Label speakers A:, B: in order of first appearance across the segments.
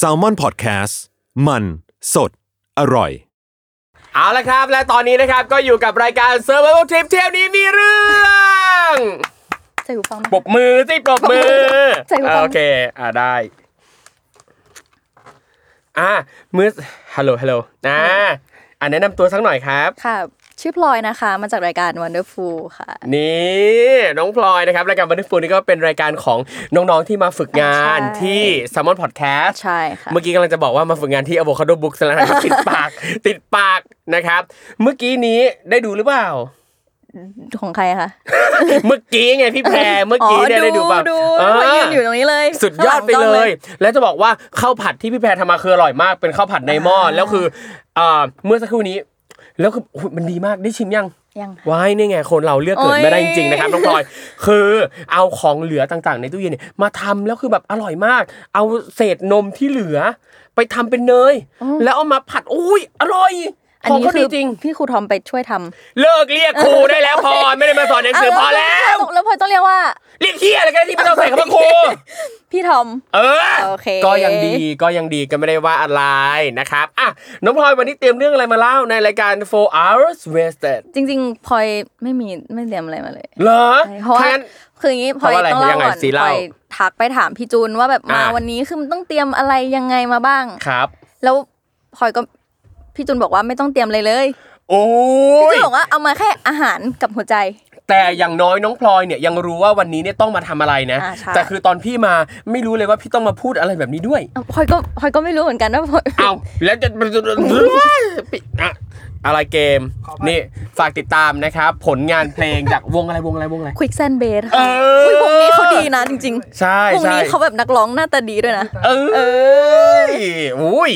A: s a l m o n PODCAST มันสดอร่อย
B: เอาละครับ และตอนนี้นะครับก็อยู่กับรายการ Survival Trip เที่ยวนี้มีเรื่อง
C: ใส่หูฟังไหม
B: ปรบมือสิปรบมือ
C: ใส่หูฟัง
B: โอเค อ่าได้อ่ามือฮัลโหลฮัลโหลนะอ่าแนะนำตัวสักหน่อยครับ
C: ค่ะ ชื่อพลอยนะคะ มาจากรายการ Wonderful ค่ะ
B: นี่น้องพลอยนะครับ รายการบันทึกฟูนี่ก็เป็นรายการของน้องๆที่มาฝึกงาน
C: ใช่
B: ที่ s ซ m มอนพอดแคสต์
C: ใช่ค่ะ
B: เมื่อกี้กำลังจะบอกว่ามาฝึกงานที่ Avocado Books แล้วนะครับ ติดปาก ติดปากนะครับ เมื่อกี้นี้ได้ดูหรือเปล่า
C: ของใครคะ
B: เมื่อกี้ไงพี่แพรเมื่อกี้เนี่ยได้ดูป่ะ
C: ดู
B: เออ
C: มายืนอยู่ตรงนี้เลย
B: สุดยอดไป
C: ข้างห
B: เล
C: งกง
B: ย แล้วจะบอกว่าข้าวผัดที่พี่แพรทำมาคืออร่อยมากเป็นข้าวผัดในหม้อแล้วคือเอ่อเมื่อสักครู่นี้ แล้วคืออุ๊ยมันดีมากได้ชิมยัง
C: ยังค่ะ
B: ว้ายนี่ไงคนเราเลือกเกิด
C: โอ๊ย
B: ไม่ได้จริงๆนะครับน้องพ ลอย คือเอาของเหลือต่างๆ ในตู้เย็นเนี่ยมาทำแล้วคือแบบอร่อยมาก เอาเศษนมที่เหลือ ไปทำเป็นเนยแล้วเอามาผัดอุ้ยอร่อย
C: อัน
B: ของ
C: นี้
B: ก็
C: คื
B: ดี
C: อ
B: จริง
C: พี่ครูทอมไปช่วยท
B: เลิกเรียกครูได้แล้วพอไม่ได้มาสอนหนัง
C: ำ
B: สือพอแล้ว
C: เาแล้วพลอยต้องเรียกว่า
B: เรียกเฮียอะไรกันที่ไม่ต้องใส่คำว่าครู
C: พี่ทอม
B: เออ
C: โอเค
B: ก็ยังดีก็ยังดีก็ไม่ได้ว่าอะไรนะครับ อ่ะ น้องพลอยวันนี้เตรียมเรื่องอะไรมาเล่าในรายการ four hours wasted
C: จริงๆพลอยไม่มีไม่เตรียมอะไรมาเลย
B: เหรอ
C: เพราะ
B: ถ้า
C: ว่า
B: งั้น
C: คืออย่างนี้พ
B: เพ
C: ลอ
B: ราะ
C: ย
B: ว่าอะไร
C: ต้องเล่า
B: ยังไง
C: ก่อน
B: ซี
C: พล
B: เล่า
C: อยทักไปถามพี่จูนว่าแบบมา
B: อ่า
C: วันนี้คือมันต้องเตรียมอะไรยังไงมาบ้าง
B: ครับ
C: แล้วพลอยก็พี่จูนบอกว่าไม่ต้องเตรียมอะไรเลย
B: โอ้ย
C: พี่บอกว่าเอามาแค่อาหารกับหัวใจ
B: แต่อย่างน้อยน้องพลอยเนี่ยยังรู้ว่าวันนี้เนี่ยต้องมาทำอะไรนะ
C: อ่าใช่
B: แต่คือตอนพี่มาไม่รู้เลยว่าพี่ต้องมาพูดอะไรแบบนี้ด้วย
C: อ่ะพลอยก็พลอยก็ไม่รู้เหมือนกัน ว่าพลอย
B: เอาแล้วจะอ่ะอะไรเกม นี่ฝากติดตามนะครับ ผลงานเพลงจากวงอะไรวงอะไรวงอะไร
C: ควิกแซนเบส
B: เอ
C: ค่ะ
B: ออุ๊
C: ยวงนี้เขาดีนะจริง
B: ใช่
C: ๆวง
B: ใช่
C: นี้เขาแบบนักร้องหน้าตาดีด้วยนะ
B: เอ้ยอุ้ย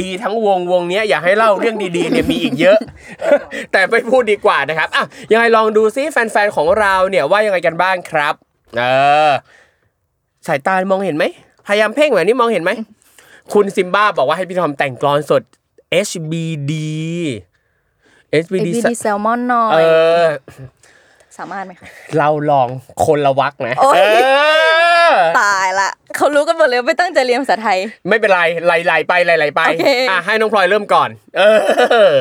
B: ดีทั้งวงวงเนี้ยอยากให้เล่าเรื่องดีๆเนี่ยมีอีกเยอะ แต่ไม่พูดดีกว่านะครับอ่ะยังไงลองดูซิแฟนๆของเราเนี่ยว่ายังไงกันบ้างครับ เออ สายตามองเห็นไหมพยายามเพ่งแบบนี้มองเห็นไหม คุณซิมบ้าบอกว่าให้พี่ทอมแต่งกลอนสด HBD HBD ส
C: ABD แซลมอนหน่อ
B: เอย อ
C: สามารถไหมคะ
B: เราลองคนละวักนะเออ
C: ตายละเขารู้กันหมดเลยว่าไม่ตั้งใจเรียนภาษาไทย
B: ไม่เป็นไรไหลๆไปไหลๆไป
C: โอเค
B: อ่ะให้น้องพลอยเริ่มก่อน เออ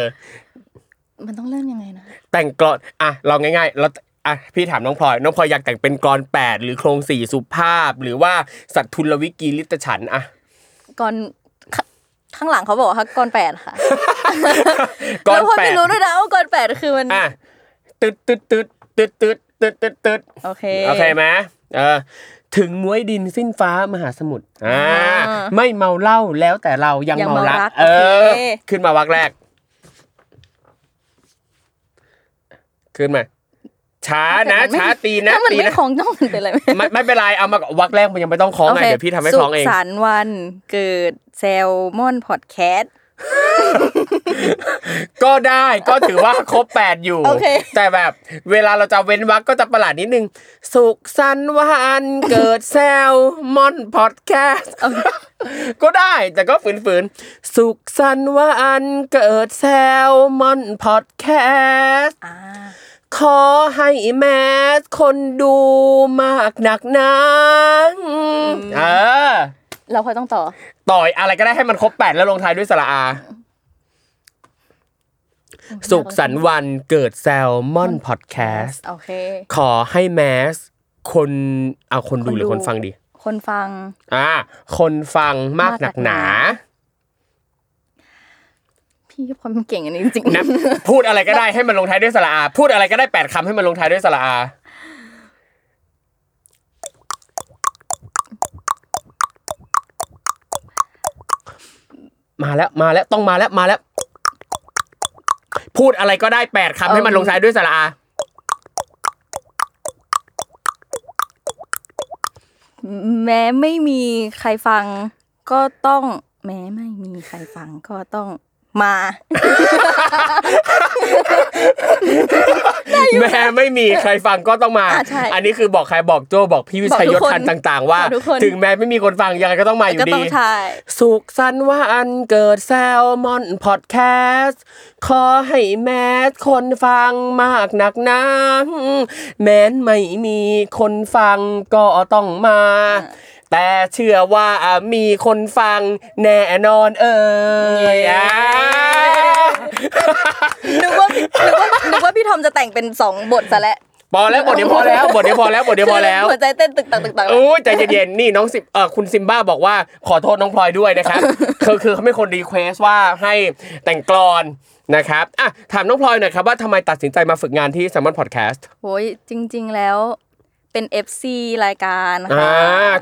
C: มันต้องเริ่มยังไงนะ
B: แต่งกรอนอ่ะเราง่ายๆเราอ่ะพี่ถามน้องพลอยน้องพลอยอยากแต่งเป็นกรอนแปดหรือโครงสี่สุภาพ หรือว่าสัตทุลวิกีลิตฉันท์อ่ะ
C: ก่อนข้าข้างหลังเขาบอกว่าก่อนแปดค่ะ
B: กรอ
C: แล้ว
B: น
C: พลอย
B: แป
C: ไม่
B: ด
C: รู้ด้วยนะว่าก่อนแปดคือมัน
B: อ่ะตึดตึดตึดตึดตึดตึดตึดตึด
C: โอเค
B: โอเคไหมเออถึงมวยดินสิ้นฟ้ามหาสมุทรอ่า
C: อ่า
B: ไม่เมาเหล้าแล้วแต่เรายัง
C: ยัง
B: เมารัก
C: เมารัก
B: เออ
C: โอเค
B: ขึ้นมาวักแรก ขึ้นมาช้านะช้าตีนะ
C: ถ้ามัน
B: ตี
C: ไม่
B: นะ
C: คล้องต้องมันเป็นอะไรไหม
B: ไม่ไม่เป็นไร เอามาวักแรกมันยังไม่ต้องคล้องไง
C: โค
B: เดี๋ยวพี่ทำให้คล้องเอง
C: สุขสันต์วันเกิดแซลมอนพอดแคสต์
B: ก็ได้ก็ถือว่าครบแปดอยู่
C: โอเค
B: แต่แบบเวลาเราจะเว้นวักก็จะประหลาดนิดนึง สุขสันต์วันเกิดแซลมอนพอดแคสต์ก็ได้แต่ก็ฝืนๆ สุขสันต์วันเกิดแซลมอนพอดแคสต์ ขอให้แมสคนดูมากหนักหนังเออ
C: เราค่อยต้องต่อ
B: ต่อยอะไรก็ได้ให้มันครบแปดแล้วลงท้ายด้วยสระอา สุขสันต์วันเกิดแซลมอนพอดแคสต์
C: โอเค
B: ขอให้แมส คนเอาคนดู
C: คนดู
B: หรือคนฟังดี
C: คนฟัง
B: อ่าคนฟังมากหนักหนา
C: พี่ความเก่งอันนี้จริงๆ
B: นะ พูดอะไรก็ได้ให้มันลงท้ายด้วยสระอา พูดอะไรก็ได้แปดคำให้มันลงท้ายด้วยสระอา มาแล้วมาแล้วต้องมาแล้วมาแล้ว พูดอะไรก็ได้แปดคำให้มันลงท้ายด้วยสระอา
C: อืม แม้ไม่มีใครฟัง ก็ต้อง แม้ไม่มีใครฟังก็ต้องมา
B: แม่ไม่มีใครฟังก็ต้องมา
C: อ่ะใช่
B: อันนี้คือบอกใครบอกโจบอกพี่วิชัยย
C: บอกทุ
B: ศ
C: กคน
B: ทันต่างๆ ว่า
C: บอกทุกคน
B: ถึงแม้ไม่มีคนฟังยังไงก็ต้องมาอยู่
C: ก็ต้อ
B: ดี
C: งใช่
B: สุขสันต์ว่าอันเกิดแซลมอนพอดแคสต์ขอให้แมสคนฟังมากหนักหนะแม้นไม่มีคนฟังก็ต้องมา แต่เชื่อว่ามีคนฟังแน่นอนเอ่ยอ่า
C: นึกว่านึกว่านึกว่าพี่ทอมจะแต่งเป็นสองบทซะแล้ว
B: พอแล้วบทเดียวพอแล้วบทเดียวพอแล้วบทเดียวพอแล้ว
C: หัวใจเต้นตึกตักตึกตัก
B: โอ้ยใจเย็นๆนี่น้องสิบเออคุณซิมบ้าบอกว่าขอโทษน้องพลอยด้วยนะครับ คือคือเขาเป็นคนรีเควสว่าให้แต่งกลอนนะครับอ่ะถามน้องพลอยหน่อยครับว่าทำไมตัดสินใจมาฝึกงานที่ s ซมมอนพอดแคสต์
C: โอ้ยจริง ๆแล้วเป็น FC รายการ
B: อ่า
C: ค่ะ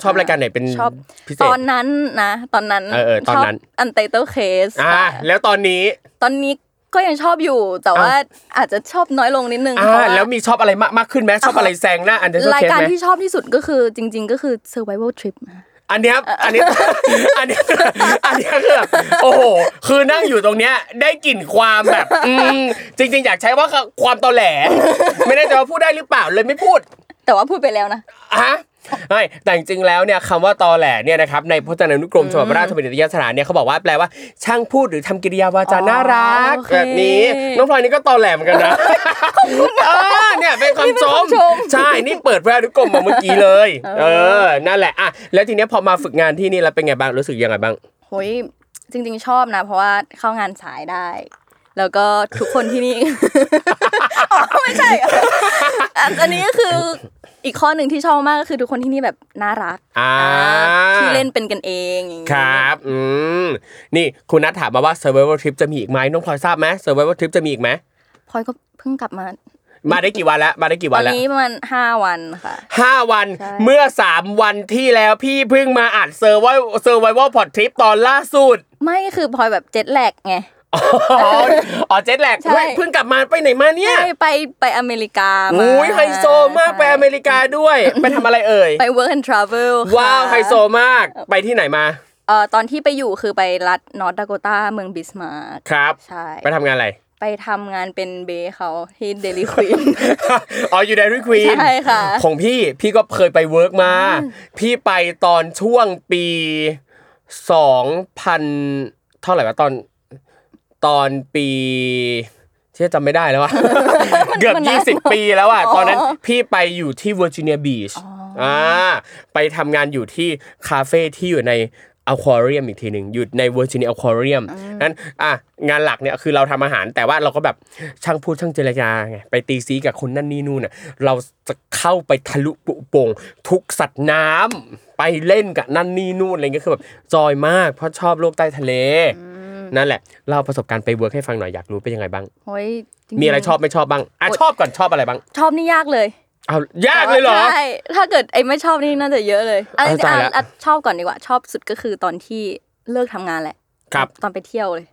B: ชอบรายการไหนเป็น
C: ชอบ
B: พิเศษ
C: ตอนนั้นนะ ตอนนั้น
B: เออเออตอนนั้น
C: อันเตเตอร์เคส
B: อ่าแล้วตอนนี้
C: ตอนนี้ก็ยังชอบอยู่แต่ว่าอาจจะชอบน้อยลงนิดนึง
B: อ่า
C: เพราะว่า
B: แล้วมีชอบอะไรมากมากขึ้นไหมชอบอะไรแซงหน้าอันเดอร์
C: ราย
B: เคส
C: การ
B: ไหม
C: ที่ชอบที่สุดก็คือจริง ๆ ก็คือ Survival Trip นะ
B: อันเนี้ยอันเนี้ย อันเนี้ยอันเนี้ยคือแบบโอ้โหคือนั่งอยู่ตรงเนี้ยได้กลิ่นความแบบอืมจริง ๆ อยากใช้ว่าความตอแหล ไม่แน่ใจว่าพูดได้หรือเปล่าเลยไม่พูด
C: แต่ว่าพูดไปแล้วนะ
B: ฮะไม่แต่จริงๆแล้วเนี่ยคำว่าตอแหลเนี่ยนะครับในพจนานุกรมฉบับราชบัณฑิตยสถานเนี่ยเขาบอกว่าแปลว่าช่างพูดหรือทำกิริยาวาจา
C: อ๋อ
B: น่ารัก
C: โอเค
B: แบบนี้น้องพลอยนี่ก็ตอแหลเหมือนกันนะเออเนี่ยเป็นคำชม
C: นี่เป็นคำชม
B: ใช่นี่เปิดพระนุกรมมาเมื่อกี้เลย เออนั่นแหละอ่ะแล้วทีเนี้ยพอมาฝึกงานที่นี่แล้วเป็นไงบ้างรู้สึกยังไงบ้าง
C: โอ้ยจริง ๆ ชอบนะ เพราะว่าเข้างานสายได้ แล้วก็ทุกคนที่นี่ อ๋อไม่ใช่เหรออ่ะอันนี้ก็คืออีกข้อหนึ่งที่ชอบมากก็คือทุกคนที่นี่แบบน่ารัก
B: อ่า
C: ที่เล่นเป็นกันเองอย่างนี้
B: ครับอืมนี่คุณนัทถามมาว่า survival trip จะมีอีกไหมน้องพลอยทราบไหม survival trip จะมีอีกไหม
C: พลอยก็เพิ่งกลับมา
B: มาได้กี่วันแล้วมาได้กี่
C: ต
B: วั
C: อน น
B: แล้ว
C: นี้ประมาณห้าวันค่ะ
B: ห้าวัน
C: ใช่
B: เมื่อสามวันที่แล้วพี่เพิ่งมาอัดเซอร์ไวเซอร์ไววอลพอดทริปตอนล่าสุด
C: ไม่คือพลอยแบบเจ็ตแลกไง
B: อ๋ออ๋อเจ็ตแลก
C: ใช่
B: เฮ้ยเพิ่งกลับมาไปไหนมาเนี่ย
C: ใช่ไปไปอเมริกามา
B: อุ้ยไฮโซมากไปอเมริกาด้วย ไปทำอะไรเอ่ย
C: ไป work and travel ค่ะ
B: ว้าวไฮโซมากไปที่ไหนมา
C: เอ่อตอนที่ไปอยู่คือไปรัฐนอร์ทดาโกตาเมืองบิสมาร์ก
B: ครับ
C: ใช่
B: ไปทำงานอะไร
C: ไปทำงานเป็นเบเขาที่เดลิควีน
B: อ๋ออยู่ Dairy Queen
C: ใช่ค่ะ
B: ของพี่พี่ก็เคยไปเวิร์กมา พี่ไปตอนช่วงปีสองพันเท่าไหร่วะตอนตอนปีที่ยจำไม่ได้แล้วอะ เกือบ
C: มัน
B: ยี่
C: นา
B: สิบ
C: น
B: ปีแล้วอะ
C: อ๋อ
B: ตอนนั้นพี่ไปอยู่ที่เวอร์จิเนียบีชอ่าไปทำงานอยู่ที่คาเฟ่ที่อยู่ในอควาเรียมอีกทีหนึ่งอยู่ในเวอร์จิเนียอควาเรียมนั้นอ่ะงานหลักเนี่ยคือเราทำอาหารแต่ว่าเราก็แบบช่างพูดช่างเจรจาไงไปตีซีกับคนนั่นนี่นู่นน่ะเราจะเข้าไปทะลุปุโปงทุกสัตว์น้ำไปเล่นกับนั่นนี่นู่นอะไรเงี้ยคือแบบจอยมากเพราะชอบโลกใต้ทะเล นั่นแหละเล่าประสบการณ์ไปเวิร์กให้ฟังหน่อยอยากรู้เป็นยังไงบ้าง
C: โอ้ยจงๆ
B: มีอะไรชอบไม่ชอบบ้างอ่ะชอบก่อนชอบอะไรบ้าง
C: ชอบนี่ยากเลย
B: เอายากเลยเหรอ
C: ใช่ถ้าเกิดไอ้ไม่ชอบนี่น่าจะเยอะเลยอัน
B: เอาใจละ
C: ชอบก่อนดีกว่า ชอบสุดก็คือตอนที่เลิกทำงานแหละ
B: ครับ
C: ตอนไปเที่ยวเลย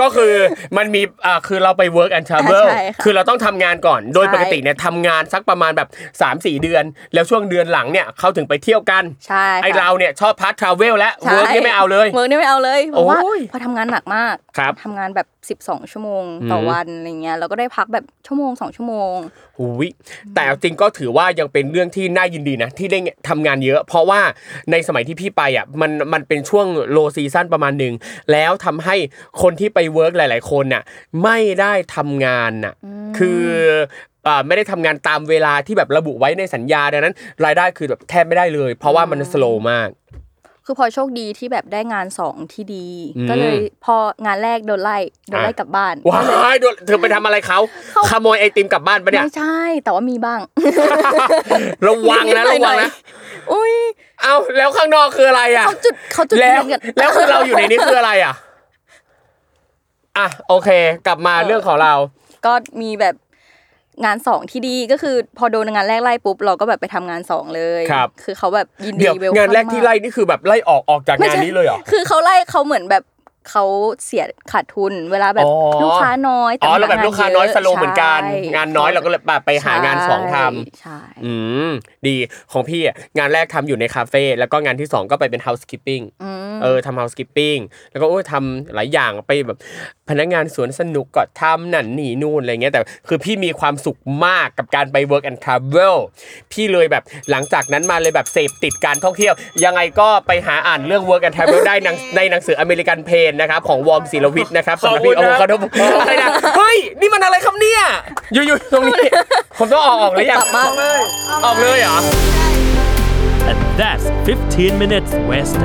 B: ก็คือมันมีอ่าคือเราไป work and travel
C: ใช่ค่ะ
B: คือเราต้องทำงานก่อน โดย
C: ใช่
B: ปกติเนี่ยทำงานสักประมาณแบบ3 4 เดือน แล้วช่วงเดือนหลังเนี่ยเขาถึงไปเที่ยวกัน
C: ใช่ค่ะ
B: ไอเราเนี่ยชอบพาร์ท travel และ
C: ใช่
B: work นี่ไม่เอาเลย
C: เวิร์กนี่ไม่เอาเลยเพราะว่า
B: โอ้ย
C: พอทำงานหนักมาก
B: ครับ
C: ทำงานแบบ 12 ชั่วโมงต่ออ
B: ม
C: วันอะไรเงี้ยแล้วก็ได้พักแบบชั่วโมงสองชั่วโมง
B: หูยแต่จริงก็ถือว่ายังเป็นเรื่องที่น่ายินดีนะ ที่ได้ทำงานเยอะ เพราะว่าในสมัยที่พี่ไปอ่ะมันมันเป็นช่วงโลซีซั่นประมาณหนึ่งแล้วทำให้คนที่ไปเวิร์กหลาย ๆ คนน่ะไม่ได้ทำงานน่ะคืออ่าไม่ได้ทำงานตามเวลาที่แบบระบุไว้ในสัญญาดังนั้น รายได้คือแบบแทบไม่ได้เลย เพราะว่ามันสโลมาก
C: คือพลอยโชคดีที่แบบได้งานสองที่ดี
B: อืม
C: ก็เลยพองานแรกโดนไล่โดนไล่
B: อ่ะ
C: กลับบ้าน
B: ว้ายโดนเธอไปทำอะไรเขา
C: เขา
B: ขโมยไอติมกลับบ้านปะเนี่ย
C: ไม่ใช่แต่ว่ามีบ้าง
B: ระวัง นะระ
C: นิดๆห
B: วั
C: น่องยๆ
B: นะ
C: อุ้ย
B: เอาแล้วข้างนอกคืออะไรอ่ะ
C: เขาจุดเขาจุด
B: แล้ว
C: เทียนกัน
B: แล้วคือเราอยู่ในนี้คืออะไรอ่ะ อ่ะโอเค กลับมา
C: เออ
B: เรื่องของเรา
C: ก็มีแบบงานสองที่ดีก็คือ พอโดนงานแรกไล่ปุ๊บเราก็แบบไปทำงานสองเลย
B: ครับ
C: อเขาแบบยินดี
B: เดี๋ยว
C: เวล
B: งานแรกที่ไล่นี่คือแบบไล่ออกออกจาก
C: ไม่
B: งาน
C: ใช่
B: นี้เลยเหรอ
C: คือเขาไล่เขาเหมือนแบบ เขาเสียขาดทุน เวลาแบบ
B: อ๋อ
C: ลูกค้าน้อยแต่
B: อ๋อเราแบบลูกค้าน้อย
C: ะ
B: สโลว์เหมือนกัน
C: ใช่
B: งานน้อยเราก็เลยแบบไปหางานสองท
C: ใช่
B: ำอืมดีของพี่อ่ะงานแรกทำอยู่ในคาเฟ่แล้วก็งานที่สองก็ไปเป็น housekeeping
C: อืม
B: เออทำ housekeeping แล้วก็โอ้ยทำหลายอย่างไปแบบพนักงานสวนสนุกก็ทำนั่นนี่นู่นอะไรเงี้ยแต่คือพี่มีความสุขมากกับการไป work and travel พี่เลยแบบหลังจากนั้นมาเลยแบบเสพติดการท่องเที่ยว ยังไงก็ไปหาอ่านเรื่อง work and travel ได้ ในในหนังสืออเมริกันเพนนะครับของวอร์มศิลวิทย์นะครับสำหรับพี่โอ้โหครับอะไรนะเฮ้ย นี่มันอะไรครับเนี่ยอยู่ๆตรงนี้ ผมต้องออกออกเลยยัง
C: กลับมา
B: ออกเลยเหรอ
D: And that's 15 minutes west.